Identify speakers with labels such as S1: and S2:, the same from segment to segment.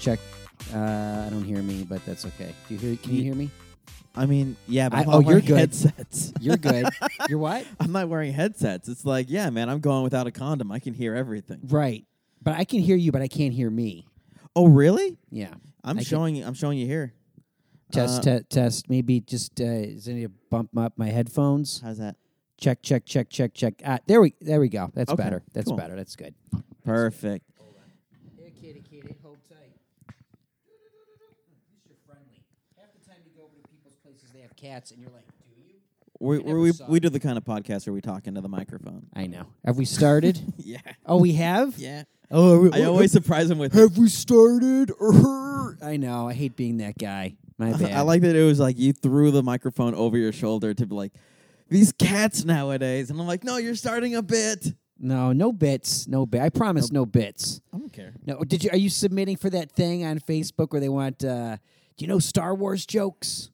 S1: Check. Uh, I don't hear me, but that's okay. Do you hear? Can you hear me?
S2: I mean, yeah, but
S1: I-
S2: I'm not
S1: oh, you're
S2: wearing
S1: good.
S2: headsets.
S1: You're good. You're what?
S2: I'm not wearing headsets. It's like, yeah, man, I'm going without a condom. I can hear everything.
S1: Right. But I can hear you, but I can't hear me.
S2: Oh, really?
S1: Yeah. Uh,
S2: I'm
S1: I can-
S2: showing you. I'm showing you here. Uh,
S1: Test, te- test. Maybe just uh, is I need to bump up my headphones.
S2: How's that?
S1: Check, check, check, check, check. Ah, there we, there we go. That's
S2: Okay,
S1: better. That's
S2: cool.
S1: better. That's good.
S2: Perfect.
S1: Here, kitty, kitty, hold tight. These are friendly. Half the time you go over to people's places, they have cats, and you're like, do you?
S2: We
S1: never
S2: we
S1: saw
S2: we
S1: it.
S2: do the kind of podcast where we talk into the microphone.
S1: I know. Have we started?
S2: Yeah.
S1: oh, we have.
S2: Yeah.
S1: Oh, are we,
S2: I always surprise him with.
S1: have we started? I know. I hate being that guy. My bad.
S2: I like that it was like you threw the microphone over your shoulder to be like, these cats nowadays, and I'm like, no, you're starting a bit.
S1: No, no bits. No bit. I promise, no bits.
S2: I don't care.
S1: No, did you? Are you submitting for that thing on Facebook where they want? Uh, do you know Star Wars jokes?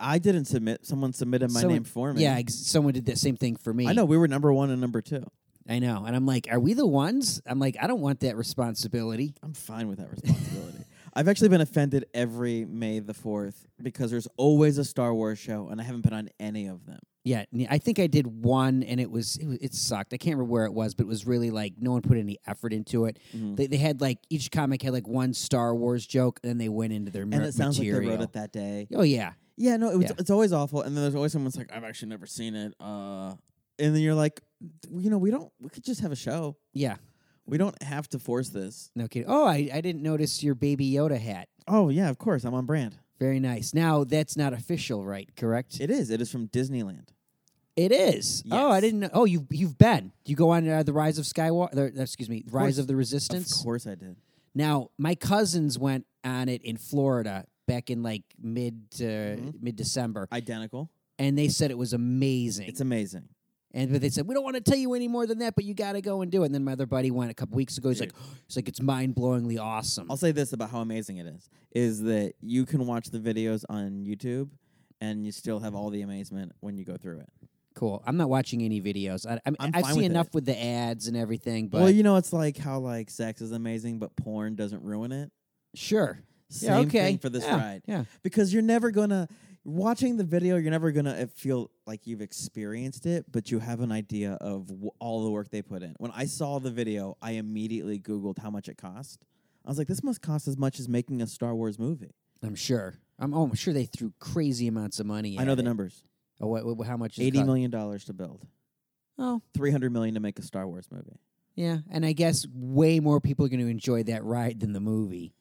S2: I didn't submit. Someone submitted my
S1: Someone-
S2: name for me.
S1: Yeah, ex- someone did that same thing for me.
S2: I know we were number one and number two.
S1: I know. And I'm like, are we the ones? I'm like, I don't want that responsibility.
S2: I'm fine with that responsibility. I've actually been offended every May the 4th because there's always a Star Wars show and I haven't been on any of them.
S1: Yeah, n- I think I did one, and it was it, wa- it sucked. I can't remember where it was, but it was really like no one put any effort into it.
S2: Mm-hmm.
S1: They, they had like each comic had like one Star Wars joke, and then they went into their
S2: And
S1: mer-
S2: it sounds
S1: material.
S2: like they wrote it that day.
S1: oh yeah,
S2: Yeah, no, it was,
S1: Yeah.
S2: it's always awful. And then there's always someone's like, I've actually never seen it. Uh, and then you're like, "D- you know, we don't, we could just have a show.
S1: yeah.
S2: We don't have to force this.
S1: No kidding. Oh, I, I didn't notice your Baby Yoda hat.
S2: Oh, yeah, of course. I'm on brand.
S1: Very nice. Now that's not official, right? Correct.
S2: It is. It is from Disneyland.
S1: it is. Oh, I
S2: Yes.
S1: didn't. know. Oh, you you've been. You go on uh, the Rise of Skywalker. The, excuse me, Rise
S2: course.
S1: of the
S2: Of
S1: Resistance.
S2: course I did.
S1: Now, my cousins went on it in Florida back in like mid to
S2: Mm-hmm.
S1: mid December,
S2: Identical.
S1: and they said it was amazing.
S2: It's amazing.
S1: and but they
S2: Mm-hmm.
S1: said we don't want to tell you any more than that, but you got to go and do it. And then my other buddy went a couple weeks ago. He's like, it's like it's mind blowingly awesome.
S2: I'll say this about how amazing it is: is that you can watch the videos on YouTube, and you still have all the amazement when you go through it.
S1: cool. I'm not watching any videos. I, I mean,
S2: I'm
S1: I've
S2: fine
S1: seen
S2: with
S1: enough
S2: it.
S1: with the ads and everything. But
S2: well, you know, it's like how like sex is amazing, but porn doesn't ruin it.
S1: sure.
S2: Same
S1: Yeah, okay.
S2: thing for this
S1: Yeah,
S2: ride,
S1: Yeah.
S2: because you're never gonna watching the video. You're never gonna uh, feel like you've experienced it, but you have an idea of w- all the work they put in. When I saw the video, I immediately Googled how much it cost. I was like, this must cost as much as making a Star Wars movie.
S1: I'm sure. I'm, oh, I'm sure they threw crazy amounts of money.
S2: I know
S1: at
S2: the
S1: it.
S2: numbers:
S1: Oh, what, what, how much? Is
S2: eighty million dollars to build.
S1: Oh,
S2: 300 million to make a Star Wars movie.
S1: Yeah, and I guess way more people are going to enjoy that ride than the movie.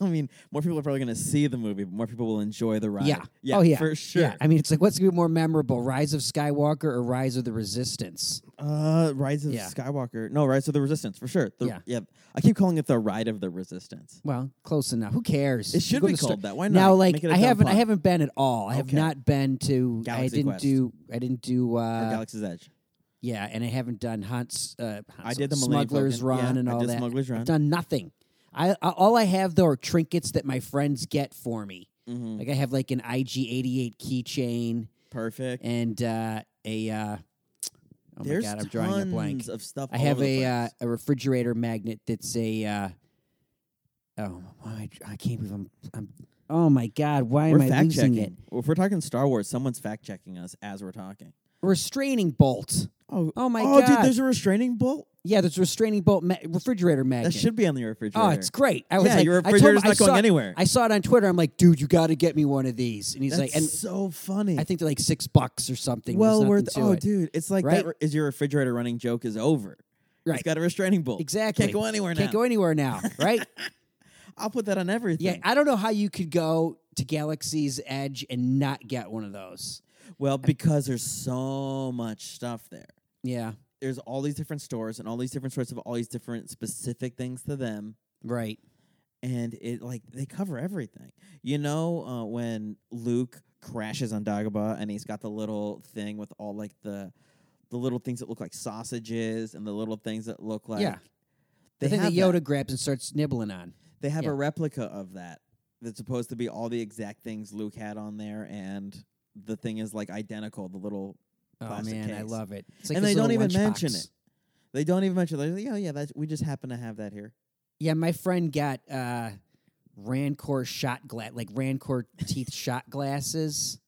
S2: I mean, more people are probably going to see the movie, but more people will enjoy the ride.
S1: Yeah.
S2: Yeah.
S1: Oh yeah.
S2: For sure.
S1: Yeah. I mean, it's like what's going to be more memorable, Rise of Skywalker or Rise of the Resistance?
S2: Uh, Rise of
S1: Yeah.
S2: Skywalker. No, Rise of the Resistance, for sure. The-
S1: Yeah.
S2: I keep calling it the Ride of the Resistance.
S1: Well, close enough. Who cares?
S2: It should
S1: Go
S2: be
S1: to Star-
S2: called that. Why not?
S1: Now,
S2: Make
S1: like
S2: it a
S1: I
S2: dumb
S1: haven't, I
S2: pun.
S1: haven't been at all. I have
S2: Okay.
S1: not been to. I
S2: Galaxy
S1: didn't
S2: Quest.
S1: do. I didn't do.
S2: Or
S1: uh
S2: Galaxy's Edge.
S1: Yeah, and I haven't done hunts. Uh, hunts
S2: I did the Millennium
S1: smugglers
S2: Falcon.
S1: run
S2: Yeah,
S1: and
S2: I
S1: all
S2: did
S1: that.
S2: Smuggler's Run.
S1: I've done nothing. I, I all I have though are trinkets that my friends get for me.
S2: Mhm.
S1: Like I have like an IG88 keychain.
S2: Perfect.
S1: and uh, a. Uh, oh
S2: There's
S1: my god, I'm
S2: tons
S1: drawing a blank.
S2: of stuff.
S1: I
S2: all
S1: have
S2: over the
S1: a uh,
S2: place.
S1: a refrigerator magnet that's a. Uh, oh, why am I, dr- I can't believe I'm, I'm. Oh my god, why
S2: We're
S1: am I
S2: fact
S1: losing
S2: checking.
S1: it?
S2: If we're talking Star Wars, someone's fact checking us as we're talking.
S1: Restraining bolt.
S2: Oh,
S1: Oh my
S2: oh, dude,
S1: God.
S2: there's a restraining bolt
S1: Yeah, there's a restraining bolt ma- refrigerator magnet.
S2: that should be on the refrigerator.
S1: Oh, it's great! I was
S2: Yeah,
S1: like,
S2: your
S1: I told
S2: refrigerator's
S1: him- I
S2: not going
S1: saw-
S2: anywhere.
S1: I saw it on Twitter. I'm like, dude, you got to get me one of these. And he's
S2: That's
S1: like, and
S2: so funny.
S1: I think they're like six bucks or something. There's
S2: Well worth.
S1: nothing to
S2: Oh,
S1: it.
S2: dude, it's like
S1: Right?
S2: that. Re- is your refrigerator running joke is over?
S1: Right.
S2: It's got a restraining bolt.
S1: exactly.
S2: Can't go anywhere now.
S1: Can't go anywhere now, right?
S2: I'll put that on everything.
S1: Yeah, I don't know how you could go to Galaxy's Edge and not get one of those.
S2: well, because there's so much stuff there.
S1: Yeah,
S2: There's all these different stores, and all these different stores have all these different specific things to them,
S1: right.
S2: and it like they cover everything. You know, uh, when Luke crashes on Dagobah, and he's got the little thing with all like the the little things that look like sausages, and the little things that look like
S1: Yeah.
S2: They
S1: the thing that
S2: have
S1: Yoda grabs and starts nibbling on.
S2: They have
S1: Yeah.
S2: a replica of that that's supposed to be all the exact things Luke had on there, and the thing is like identical. The little
S1: Oh
S2: Plastic
S1: man, I
S2: case.
S1: love it. It's like
S2: and
S1: this
S2: they don't
S1: little
S2: even mention
S1: lunchbox.
S2: it. They don't even mention. They're like, oh yeah, that's we just happen to have that here.
S1: Yeah, my friend got uh, Rancor shot glass, like Rancor teeth shot glasses.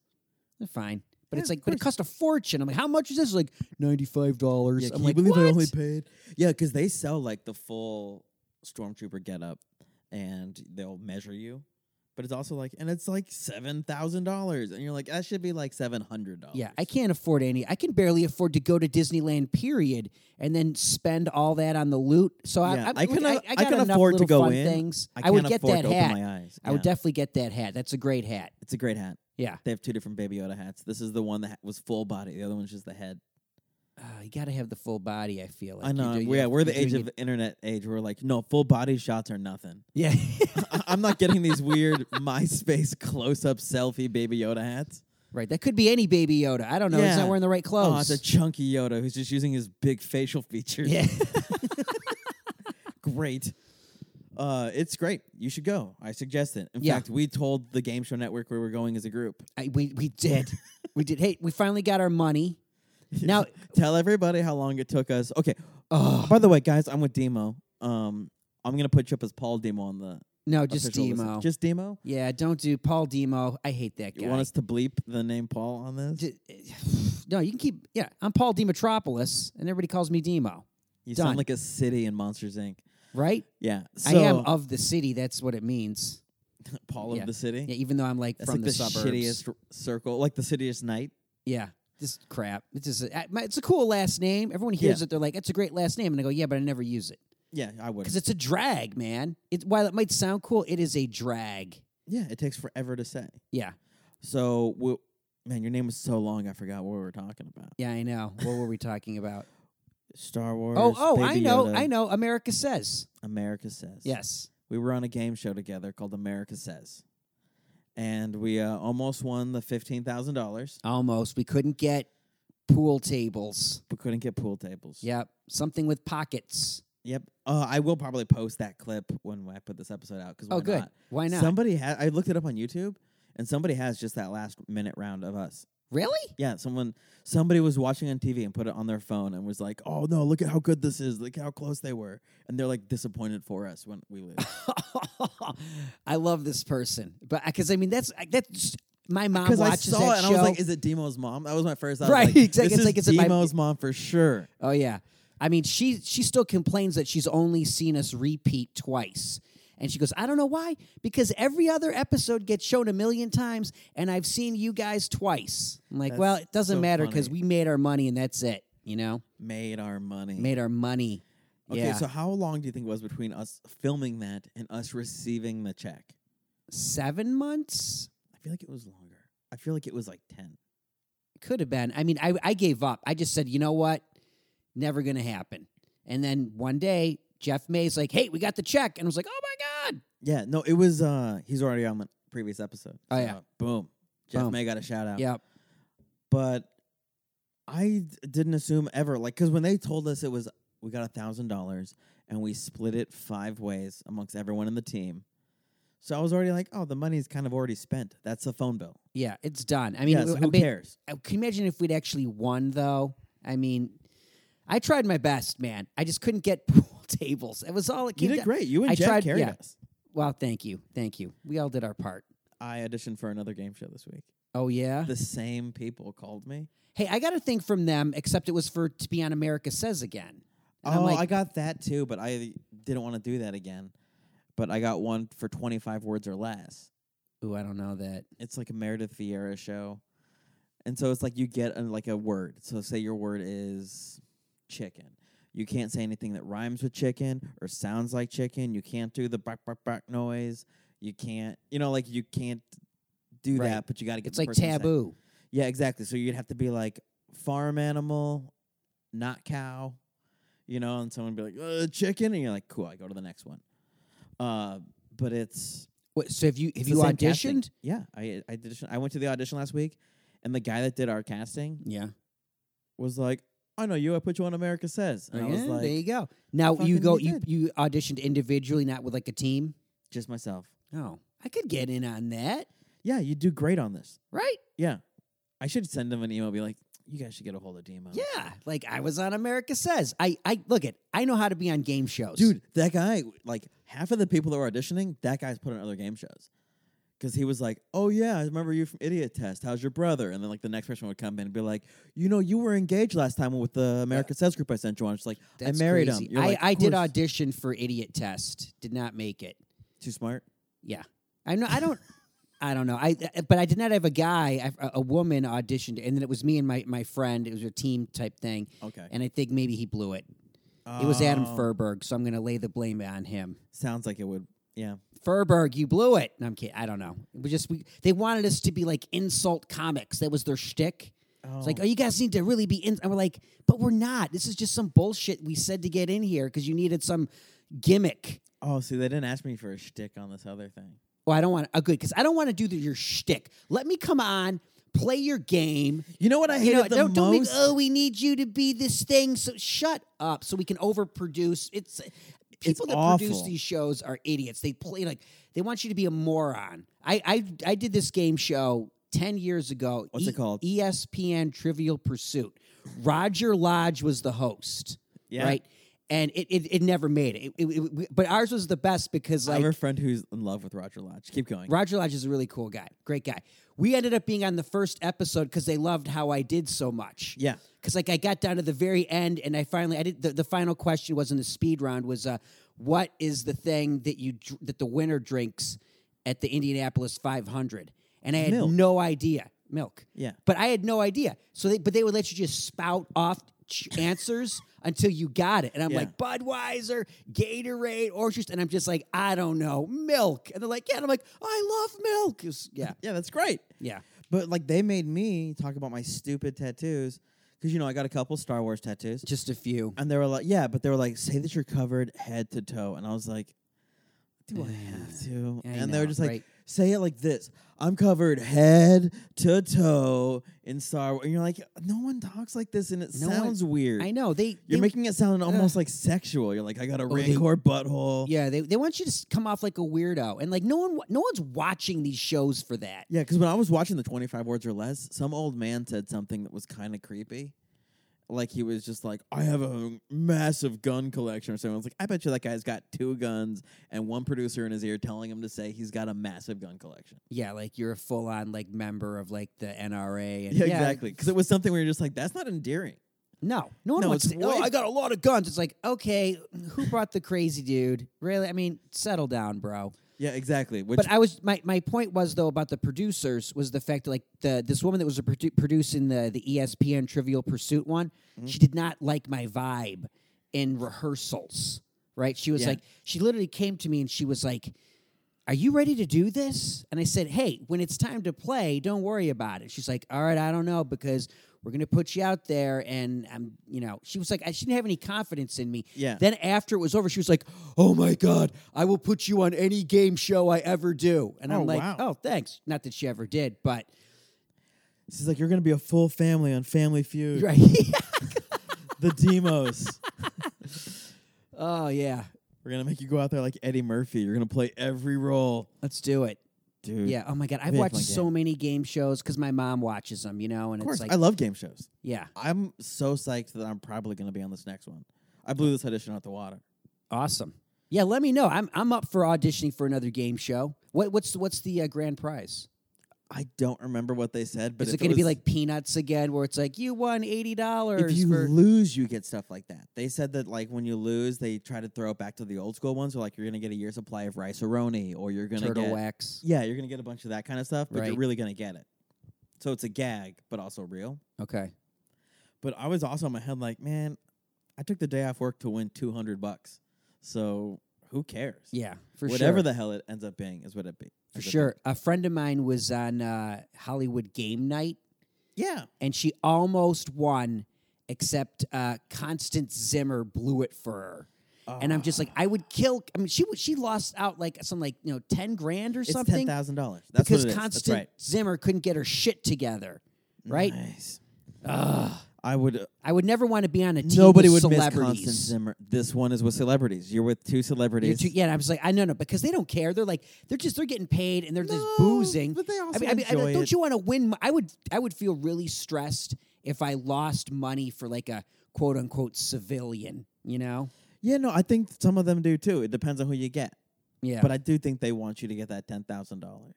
S1: They're fine, but
S2: Yeah,
S1: it's
S2: of
S1: like, but it
S2: course.
S1: cost a fortune. I'm like, how much is this? Like ninety five dollars.
S2: Yeah,
S1: I'm
S2: can
S1: like,
S2: you believe
S1: what?
S2: I only paid? Yeah, because they sell like the full stormtrooper getup, and they'll measure you. But it's also like, and it's like seven thousand dollars, and you're like, that should be like seven hundred dollars.
S1: yeah, I can't afford any. I can barely afford to go to Disneyland, period, and then spend all that on the loot. So I,
S2: Yeah,
S1: I'm-
S2: I can
S1: look,
S2: a-
S1: I,
S2: I
S1: got
S2: can
S1: enough
S2: afford to
S1: little
S2: go
S1: fun
S2: in.
S1: Things.
S2: I
S1: I would
S2: can't
S1: get
S2: afford
S1: that
S2: to
S1: hat.
S2: Open my eyes.
S1: I would
S2: Yeah.
S1: definitely get that hat. That's a great hat.
S2: it's a great hat.
S1: Yeah,
S2: They have two different Baby Yoda hats. This is the one that was full body. The other one's just the head.
S1: uh, you got to have the full body. I feel like
S2: I
S1: You
S2: know.
S1: do- you
S2: yeah,
S1: have-
S2: we're the
S1: you're
S2: age
S1: doing
S2: of
S1: it-
S2: the internet age. We're like, no, full body shots are nothing.
S1: yeah.
S2: I- I'm not getting these weird MySpace close up selfie Baby Yoda hats.
S1: Right. That could be any baby Yoda. I don't know. He's
S2: Yeah.
S1: not wearing the right clothes.
S2: Oh, it's a chunky Yoda who's just using his big facial features.
S1: yeah.
S2: great. Uh, it's great. You should go. I suggest it. In
S1: Yeah.
S2: fact, we told the Game Show Network where we're going as a group.
S1: I, we we did. we did. Hey, we finally got our money. Now,
S2: Tell everybody how long it took us. Okay.
S1: oh
S2: By the way, guys, I'm with Demo. Um, I'm gonna put you up as Paul Demo on the
S1: no, just
S2: official list.
S1: Demo.
S2: Just Demo.
S1: yeah, don't do Paul Demo. I hate that
S2: You
S1: guy.
S2: want us to bleep the name Paul on this?
S1: Ju- no, you can keep. Yeah, I'm Paul Demetropolis, and everybody calls me Demo.
S2: you
S1: done.
S2: sound like a city in Monsters Inc.
S1: Right?
S2: Yeah.
S1: I am
S2: so-
S1: of the city. That's what it means.
S2: Paul
S1: yeah.
S2: of the city.
S1: Yeah, even though I'm like
S2: That's
S1: from
S2: like
S1: the,
S2: the,
S1: suburbs.
S2: shittiest r- circle, like the shittiest night.
S1: Yeah, just crap. It's just a, I- my- it's a cool last name. Everyone hears it, they're like, "It's a great last name," and I go, "Yeah, but I never use it
S2: Yeah, I would.
S1: because it's a drag, man. It while it might sound cool, it is a drag.
S2: Yeah, it takes forever to say.
S1: Yeah,
S2: So, we man, your name was so long, I forgot what we were talking about.
S1: yeah, I know. What were we talking about?
S2: Star Wars.
S1: oh, oh, I
S2: Baby
S1: know,
S2: Yoda,
S1: I know. America says
S2: America Says.
S1: yes.
S2: We were on a game show together called America Says. And we uh, almost won the $15,000,
S1: Almost, we couldn't get pool tables.
S2: but couldn't get pool tables.
S1: Yep, something with pockets.
S2: Yep. Uh, I will probably post that clip when I put this episode out. Cause
S1: Oh,
S2: why
S1: good.
S2: not?
S1: Why not?
S2: Somebody has, I looked it up on YouTube, and somebody has just that last minute round of us.
S1: really?
S2: Yeah, someone somebody was watching on TV and put it on their phone and was like, "Oh no, look at how good this is! Look how close they were!" And they're like disappointed for us when we lose.
S1: I love this person, but because I mean, that's uh, that's my mom
S2: Because
S1: watches
S2: Uh, I saw
S1: that
S2: it and
S1: show.
S2: I was like, "Is it Demo's mom?" That was my first thought.
S1: Right,
S2: I was like,
S1: exactly.
S2: This
S1: It's
S2: is
S1: like, is it my-
S2: Demo's mom for sure.
S1: Oh yeah. I mean, she she still complains that she's only seen us repeat twice. And she goes, "I don't know why because every other episode gets shown a million times and I've seen you guys twice." I'm like,
S2: That's
S1: "Well, it doesn't
S2: so
S1: matter cuz
S2: funny.
S1: we made our money and that's it, you know?
S2: Made our money.
S1: Made our money."
S2: okay,
S1: yeah.
S2: so how long do you think it was between us filming that and us receiving the check?
S1: 7 months
S2: I feel like it was longer. I feel like it was like ten.
S1: could have been. I mean, I I gave up. I just said, "You know what? Never going to happen." And then one day, Jeff May's like, "Hey, we got the check." And I was like, "Oh my god."
S2: Yeah, no, it was. uh He's already on the previous episode.
S1: Oh, yeah.
S2: So, uh, boom. Jeff
S1: Boom.
S2: May got a shout out.
S1: Yep.
S2: but I d- didn't assume ever like because when they told us it was we got a thousand dollars and we split it five ways amongst everyone in the team. So I was already like, oh, the money's kind of already spent. That's the phone bill.
S1: Yeah, it's done. I mean,
S2: yeah, so
S1: I
S2: who
S1: mean,
S2: cares?
S1: I- can you imagine if we'd actually won though? I mean, I tried my best, man. I just couldn't get pool tables. It was all it
S2: You
S1: came
S2: did
S1: down-
S2: great. You and
S1: I
S2: Jeff
S1: tried-
S2: carried
S1: yeah.
S2: us.
S1: Well, thank you, thank you. We all did our part.
S2: I auditioned for another game show this week.
S1: Oh yeah.
S2: The same people called me.
S1: hey, I got a thing from them, except it was for to be on America Says again. And I'm
S2: oh,
S1: like,
S2: I got that too, but I didn't want to do that again. But I got one for twenty five words or less.
S1: ooh, I don't know that.
S2: it's like a Meredith Vieira show, and so it's like you get a, like a word. So say your word is chicken. You can't say anything that rhymes with chicken or sounds like chicken. You can't do the bark bark bark noise. You can't, you know, like you can't do
S1: Right.
S2: that. But you got to get
S1: It's
S2: the
S1: like
S2: person to say-
S1: taboo.
S2: Yeah, exactly. So you'd have to be like farm animal, not cow, you know. And someone would be like uh, chicken, and you're like, cool. I go to the next one. Uh, but it's
S1: What, so have you have
S2: it's
S1: you
S2: the same casting.
S1: auditioned?
S2: Yeah, I I auditioned. I went to the audition last week, and the guy that did our casting
S1: Yeah.
S2: was like, "I know you. I put you on America Says." And I was
S1: Oh, Yeah,
S2: like,
S1: there you go. Now you
S2: fucking
S1: go.
S2: we
S1: You,
S2: did.
S1: you auditioned individually, not with like a team.
S2: "Just myself."
S1: Oh, I could get in on that,
S2: Yeah, you do great on this.
S1: right?
S2: Yeah, I should send him an email. Be like, you guys should get a hold of Demo.
S1: Yeah, like I was on America Says. I I look at I know how to be on game shows,
S2: Dude, that guy, like half of the people that were auditioning, that guy's put on other game shows. Because he was like, oh, yeah, I remember you from Idiot Test. How's your brother? And then, like, the next person would come in and be like, you know, you were engaged last time with the America Says group I sent you on. It's like,
S1: That's
S2: I married
S1: crazy.
S2: him. You're
S1: I
S2: like,
S1: I
S2: "Of
S1: did
S2: course."
S1: audition for Idiot Test, did not make it.
S2: Too smart?
S1: Yeah, I know. I don't. I don't know. I but I did not have a guy. I- A woman auditioned, and then it was me and my my friend. It was a team type thing,
S2: Okay.
S1: and I think maybe he blew it. It was Adam
S2: Oh,
S1: Furberg, so I'm going to lay the blame on him.
S2: Sounds like it would. Yeah.
S1: Furberg, you blew it. No, I'm kidding. I don't know. It was just we, they wanted us to be like insult comics. That was their shtick. It's like, oh, you guys need to really be in. And we're like, but we're not. This is just some bullshit we said to get in here because you needed some gimmick.
S2: Oh, see, they didn't ask me for a shtick on this other thing.
S1: Well, I don't want. Oh, good, because I don't want to do the, your shtick. Let me come on, play your game.
S2: You know what I
S1: You
S2: hated
S1: know,
S2: the
S1: don't, don't make,
S2: most?
S1: oh, we need you to be this thing. So shut up, so we can overproduce. It's people that produce
S2: awful.
S1: these shows are idiots. They play like they want you to be a moron. I I, I did this game show ten years ago. E,
S2: What's it called?
S1: ESPN Trivial Pursuit. Roger Lodge was the host.
S2: Yeah.
S1: Right. And it, it, it never made it. It- it- it- But ours was the best because
S2: I
S1: like
S2: have a friend who's in love with Roger Lodge. Keep going.
S1: Roger Lodge is a really cool guy, great guy. We ended up being on the first episode because they loved how I did so much.
S2: Yeah.
S1: Because like I got down to the very end and I finally I did the, the final question wasn't a speed round was uh what is the thing that you dr- that the winner drinks at the Indianapolis 500 and I had
S2: Milk.
S1: no idea milk
S2: Yeah.
S1: but I had no idea so they but they would let you just spout off ch- answers until you got it and I'm
S2: Yeah.
S1: like Budweiser Gatorade orange juice and I'm just like I don't know milk and they're like yeah and I'm like I love milk It was- yeah
S2: Yeah, that's great.
S1: yeah
S2: But like they made me talk about my stupid tattoos because you know I got a couple Star Wars tattoos,
S1: just a few
S2: and they were like, yeah, but they were like, say that you're covered head to toe, and I was like, do I have to?
S1: I
S2: and they were
S1: know,
S2: just like,
S1: right.
S2: say it like this: I'm covered head to toe in Star Wars, and you're like, no one talks like this, and it
S1: No one-
S2: sounds weird.
S1: I know they
S2: You're
S1: they-
S2: making it sound almost like sexual. You're like, I got a
S1: Oh, they-
S2: rancor butthole.
S1: Yeah, they, they want you to s- come off like a weirdo, and like no one wa- no one's watching these shows for that.
S2: Yeah, because when I was watching the 25 words or less, some old man said something that was kind of creepy. Like he was just like, I have a massive gun collection or something. I was like, I bet you that guy's got two guns and one producer in his ear telling him to say he's got a massive gun collection.
S1: Yeah, like you're a full on like member of like the NRA. And,
S2: Yeah, exactly. Because it was something where you're just like, that's not endearing.
S1: No, no one
S2: No,
S1: wants.
S2: it's
S1: To, oh,
S2: way-
S1: I got a lot of guns. It's like okay, who brought the crazy dude? Really? I mean, settle down, bro.
S2: Yeah, exactly. Which,
S1: But I was my, my point was though about the producers was the fact that like the this woman that was a produ- producing the E the ESPN Trivial Pursuit one,
S2: Mm-hmm.
S1: she did not like my vibe in rehearsals. Right? She was
S2: Yeah.
S1: like she literally came to me and she was like, "Are you ready to do this?" And I said, "Hey, when it's time to play, don't worry about it." She's like, "All right, I don't know because we're gonna put you out there and I'm you know." She was like, "I she didn't have any confidence in me."
S2: Yeah.
S1: Then after it was over, she was like, "Oh my god, I will put you on any game show I ever do." And
S2: Oh,
S1: I'm like,
S2: wow.
S1: "Oh, thanks." Not that she ever did, but
S2: this is like, you're going to be a full family on Family Feud.
S1: right.
S2: The Demos.
S1: oh yeah,
S2: We're going to make you go out there like Eddie Murphy. You're going to play every role.
S1: let's do it.
S2: Dude.
S1: Yeah. Oh my god, I've
S2: Big
S1: watched
S2: one
S1: so many game shows because my mom watches them, you know, and
S2: Of course.
S1: it's like,
S2: I love game shows.
S1: yeah,
S2: I'm so psyched that I'm probably going to be on this next one. I blew this audition out the water.
S1: awesome. Yeah, let me know. I'm I'm up for auditioning for another game show. What what's what's the uh, grand prize?
S2: I don't remember what they said, but
S1: Is
S2: if
S1: it going to be
S2: was-
S1: like peanuts again, where it's like you won eighty
S2: if
S1: dollars?
S2: you
S1: for...
S2: lose, you get stuff like that? They said that like when you lose, they try to throw it back to the old school ones. So like you're going to get a year's supply of rice roni, or you're going to
S1: turtle
S2: get
S1: wax.
S2: yeah, you're going to get a bunch of that kind of stuff, but
S1: Right.
S2: you're really going to get it. So it's a gag, but also real.
S1: Okay.
S2: But I was also in my head like, man, I took the day off work to win two hundred bucks, so who cares?
S1: Yeah, for sure.
S2: whatever the hell it ends up being is what it be
S1: For
S2: ends up
S1: sure. A friend of mine was on uh, Hollywood Game Night,
S2: being. Yeah.
S1: and she almost won, except uh, Constance Zimmer blew it for her. And
S2: Ah,
S1: I'm just like, I would kill. I mean, she would- she lost out like some like you know ten grand or
S2: It's
S1: something
S2: ten thousand dollars. That's
S1: because
S2: what it is.
S1: Constant
S2: That's
S1: Zimmer couldn't get her shit together.
S2: right.
S1: Right?
S2: Nice.
S1: Ugh.
S2: I would. uh,
S1: I would never want to be on a team
S2: nobody
S1: with
S2: would miss
S1: celebrities.
S2: Constant Zimmer. This one is with celebrities. You're with two
S1: You're
S2: celebrities.
S1: too- yeah, and I was like, I no no because they don't care. They're like they're just they're getting paid and they're just
S2: No,
S1: boozing.
S2: but they
S1: I
S2: also
S1: mean, I mean, I mean,
S2: enjoy
S1: don't
S2: it.
S1: you want to win? mo- I would I would feel really stressed if I lost money for like a quote unquote civilian, you know?
S2: Yeah, no, I think some of them do too. It depends on who you get.
S1: Yeah.
S2: But I do think they want you to get that ten thousand dollars.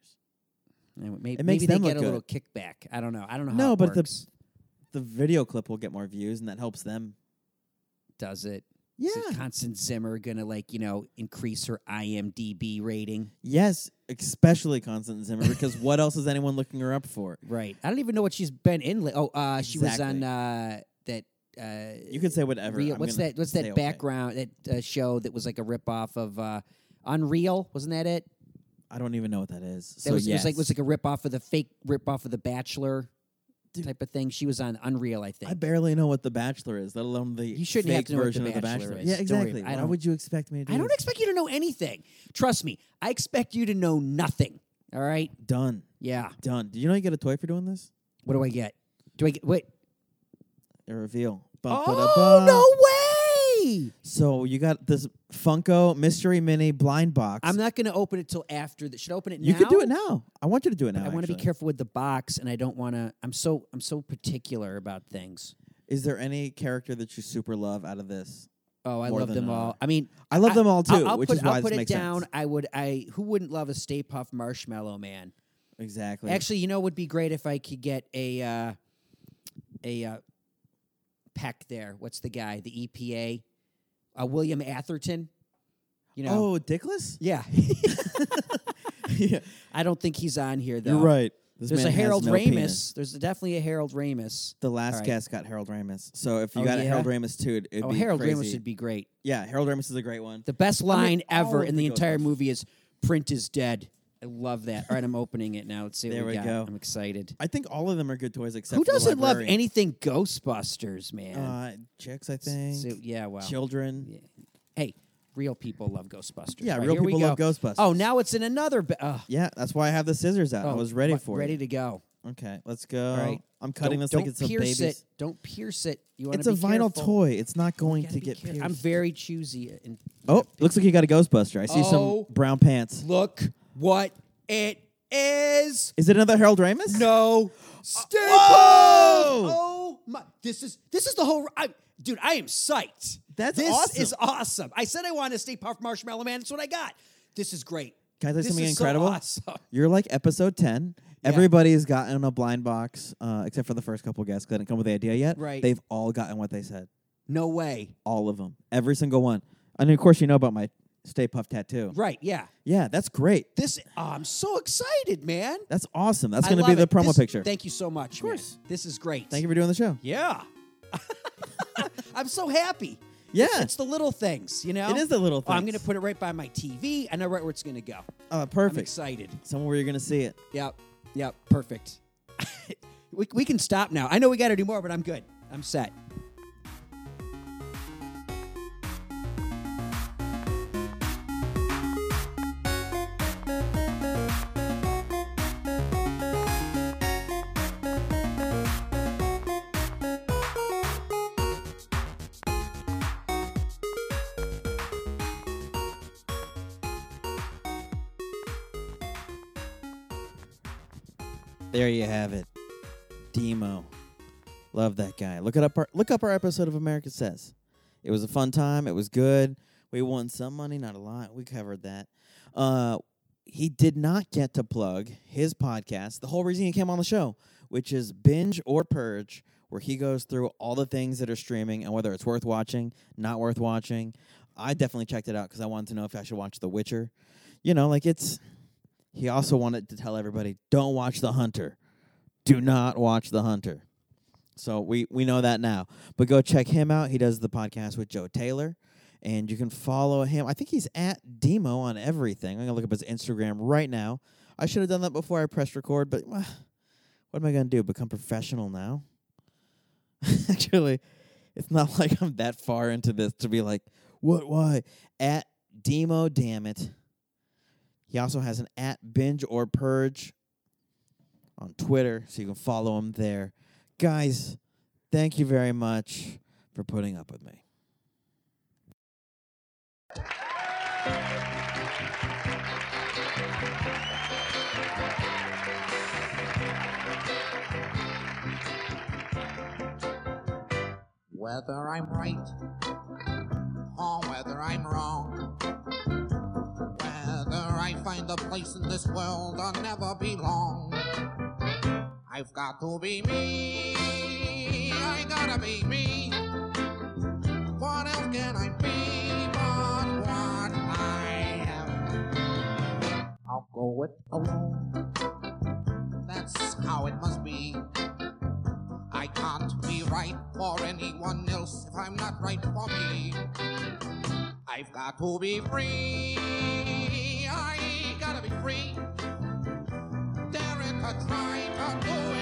S1: maybe,
S2: it makes
S1: maybe they
S2: them look
S1: get a little
S2: good.
S1: kickback. I don't know. I don't know how
S2: No,
S1: it
S2: but the-
S1: works.
S2: The video clip will get more views, and that helps them.
S1: does it?
S2: Yeah.
S1: Is Constance Zimmer gonna like you know increase her IMDb rating?
S2: Yes, especially Constance Zimmer, because what else is anyone looking her up for?
S1: Right. I don't even know what she's been in. Li- oh, uh, she was on uh,
S2: Exactly.
S1: that. Uh,
S2: You can say whatever.
S1: Real,
S2: I'm
S1: what's
S2: gonna
S1: that? What's
S2: say
S1: that
S2: okay.
S1: background? That uh, show that was like a ripoff of uh, Unreal. Wasn't that it?
S2: I don't even know what that is.
S1: That
S2: so
S1: was,
S2: yes.
S1: it was like it was like a ripoff of the fake ripoff of the Bachelor
S2: Dude.
S1: type of thing. She was on Unreal, I think.
S2: I barely know what The Bachelor is, let alone the
S1: You shouldn't
S2: fake
S1: have to know what The
S2: version of The
S1: Bachelor
S2: Bachelor.
S1: is.
S2: Yeah,
S1: Don't worry,
S2: exactly.
S1: I
S2: Why
S1: don't-
S2: would you expect me to do?
S1: I don't
S2: this?
S1: expect you to know anything. Trust me, I expect you to know nothing. All right?
S2: done,
S1: Yeah.
S2: done. Do you know you get a toy for doing this?
S1: What do I get? Do I get wait?
S2: A reveal. Bum, ba-da-bum.
S1: Oh no way!
S2: So you got this Funko Mystery Mini blind box.
S1: I'm not going to open it till after. That should I open it.
S2: you
S1: now?
S2: could do it now. I want you to do it now.
S1: I want to be
S2: actually.
S1: careful with the box, and I don't want to. I'm so I'm so particular about things.
S2: Is there any character that you super love out of this?
S1: Oh, I
S2: More
S1: love
S2: than
S1: them all.
S2: another.
S1: I mean,
S2: I love
S1: I-
S2: them all too,
S1: I'll, I'll
S2: which
S1: put,
S2: is why
S1: I'll
S2: this
S1: put it
S2: makes
S1: down.
S2: sense.
S1: I would. I who wouldn't love a Stay Puff Marshmallow Man?
S2: Exactly.
S1: Actually, you know, what would be great if I could get a uh, a uh, peck there. What's the guy? The EPA, uh, William Atherton. You know,
S2: oh, Dickless.
S1: yeah.
S2: yeah,
S1: I don't think he's on here though.
S2: you're right. This
S1: There's
S2: man
S1: a
S2: has
S1: Harold
S2: no
S1: Ramis.
S2: penis.
S1: There's definitely a Harold Ramis.
S2: The last
S1: Alright.
S2: guest got Harold Ramis. So if you
S1: Oh,
S2: got
S1: yeah?
S2: a Harold Ramis too, it- it'd
S1: oh,
S2: be
S1: Harold
S2: crazy.
S1: Ramis would be great.
S2: yeah, Harold Ramis is a great one.
S1: The best line
S2: all
S1: ever
S2: of
S1: in
S2: the
S1: the entire
S2: Ghostbusters.
S1: movie is "Print is dead." I love that. All right, I'm opening it now. Let's see what
S2: There
S1: we,
S2: we
S1: got.
S2: go.
S1: I'm excited.
S2: I think all of them are good toys except
S1: Who
S2: for the
S1: doesn't love
S2: librarian.
S1: anything Ghostbusters, man?
S2: Uh, chicks, I think.
S1: So- yeah, well,
S2: Children.
S1: yeah. hey, real people love Ghostbusters.
S2: Yeah,
S1: Right,
S2: real
S1: here we
S2: people love
S1: go.
S2: Ghostbusters.
S1: Oh, now it's in another. Ba- uh,
S2: Yeah, that's why I have the scissors out. I
S1: oh,
S2: was ready
S1: fu-
S2: for
S1: ready
S2: it.
S1: to go.
S2: Okay, let's go.
S1: All right.
S2: I'm cutting
S1: don't,
S2: this
S1: don't
S2: like it's a
S1: pierce
S2: baby's.
S1: it. Don't pierce it. You want
S2: It's a vinyl toy. It's not going to get pierced.
S1: I'm very choosy. And
S2: oh, looks like you got a Ghostbuster. I see
S1: Oh.
S2: some brown pants.
S1: look what it is.
S2: Is it another Harold Ramis?
S1: No staples.
S2: Whoa!
S1: Oh my! This is this is the whole. I, dude, I am psyched.
S2: That's
S1: this
S2: awesome.
S1: is awesome. I said I wanted a Stay Puft Marshmallow Man. That's what I got. This is great.
S2: Can I tell you
S1: This
S2: something
S1: is so
S2: incredible?
S1: awesome.
S2: You're like episode 10. Everybody's gotten a blind box, uh, except for the first couple guests 'cause they didn't come with the idea yet.
S1: Right.
S2: They've all gotten what they said.
S1: No way.
S2: All of them. Every single one. And of course, you know about my Stay Puff tattoo.
S1: Right? Yeah.
S2: Yeah, that's great.
S1: This. oh, I'm so excited, man.
S2: That's awesome. That's
S1: I
S2: going to be
S1: love
S2: the
S1: it.
S2: promo
S1: This-
S2: picture.
S1: Thank you so much. Of
S2: course.
S1: This is great.
S2: Thank you for doing the show.
S1: Yeah. I'm so happy.
S2: Yeah.
S1: It's, it's the little things, you know?
S2: It is the little
S1: Oh, I'm going
S2: things.
S1: to put it right by my TV. I know right where it's going to go.
S2: Uh,
S1: I'm
S2: perfect.
S1: excited.
S2: Somewhere where you're going to see it.
S1: Yep. Yep. Perfect. we, we can stop now. I know we got to do more, but I'm good. I'm set.
S2: There you have it. Demo. Love that guy. Look it up our look up our episode of America Says. It was a fun time. It was good. We won some money, not a lot. We covered that. Uh he did not get to plug his podcast, the whole reason he came on the show, which is Binge or Purge, where he goes through all the things that are streaming and whether it's worth watching, not worth watching. I definitely checked it out because I wanted to know if I should watch The Witcher. You know, like it's he also wanted to tell everybody don't watch The Hunter. Do not watch The Hunter. So we, we know that now. But go check him out. He does the podcast with Joe Taylor. And you can follow him. I think he's at Demo on everything. I'm going to look up his Instagram right now. I should have done that before I pressed record, but ah, what am I going to do? Become professional now? Actually, it's not like I'm that far into this to be like, what, why? At Demo, damn it. He also has an at binge or purge on Twitter, so you can follow him there. Guys, thank you very much for putting up with me.
S3: whether I'm right or whether I'm wrong. Whether I find a place in this world or never belong. I've got to be me. I gotta be me. What else can I be but what I am? I'll go it alone. That's how it must be. I can't be right for anyone else if I'm not right for me. I've got to be free. I gotta be free. Daring to try to do it.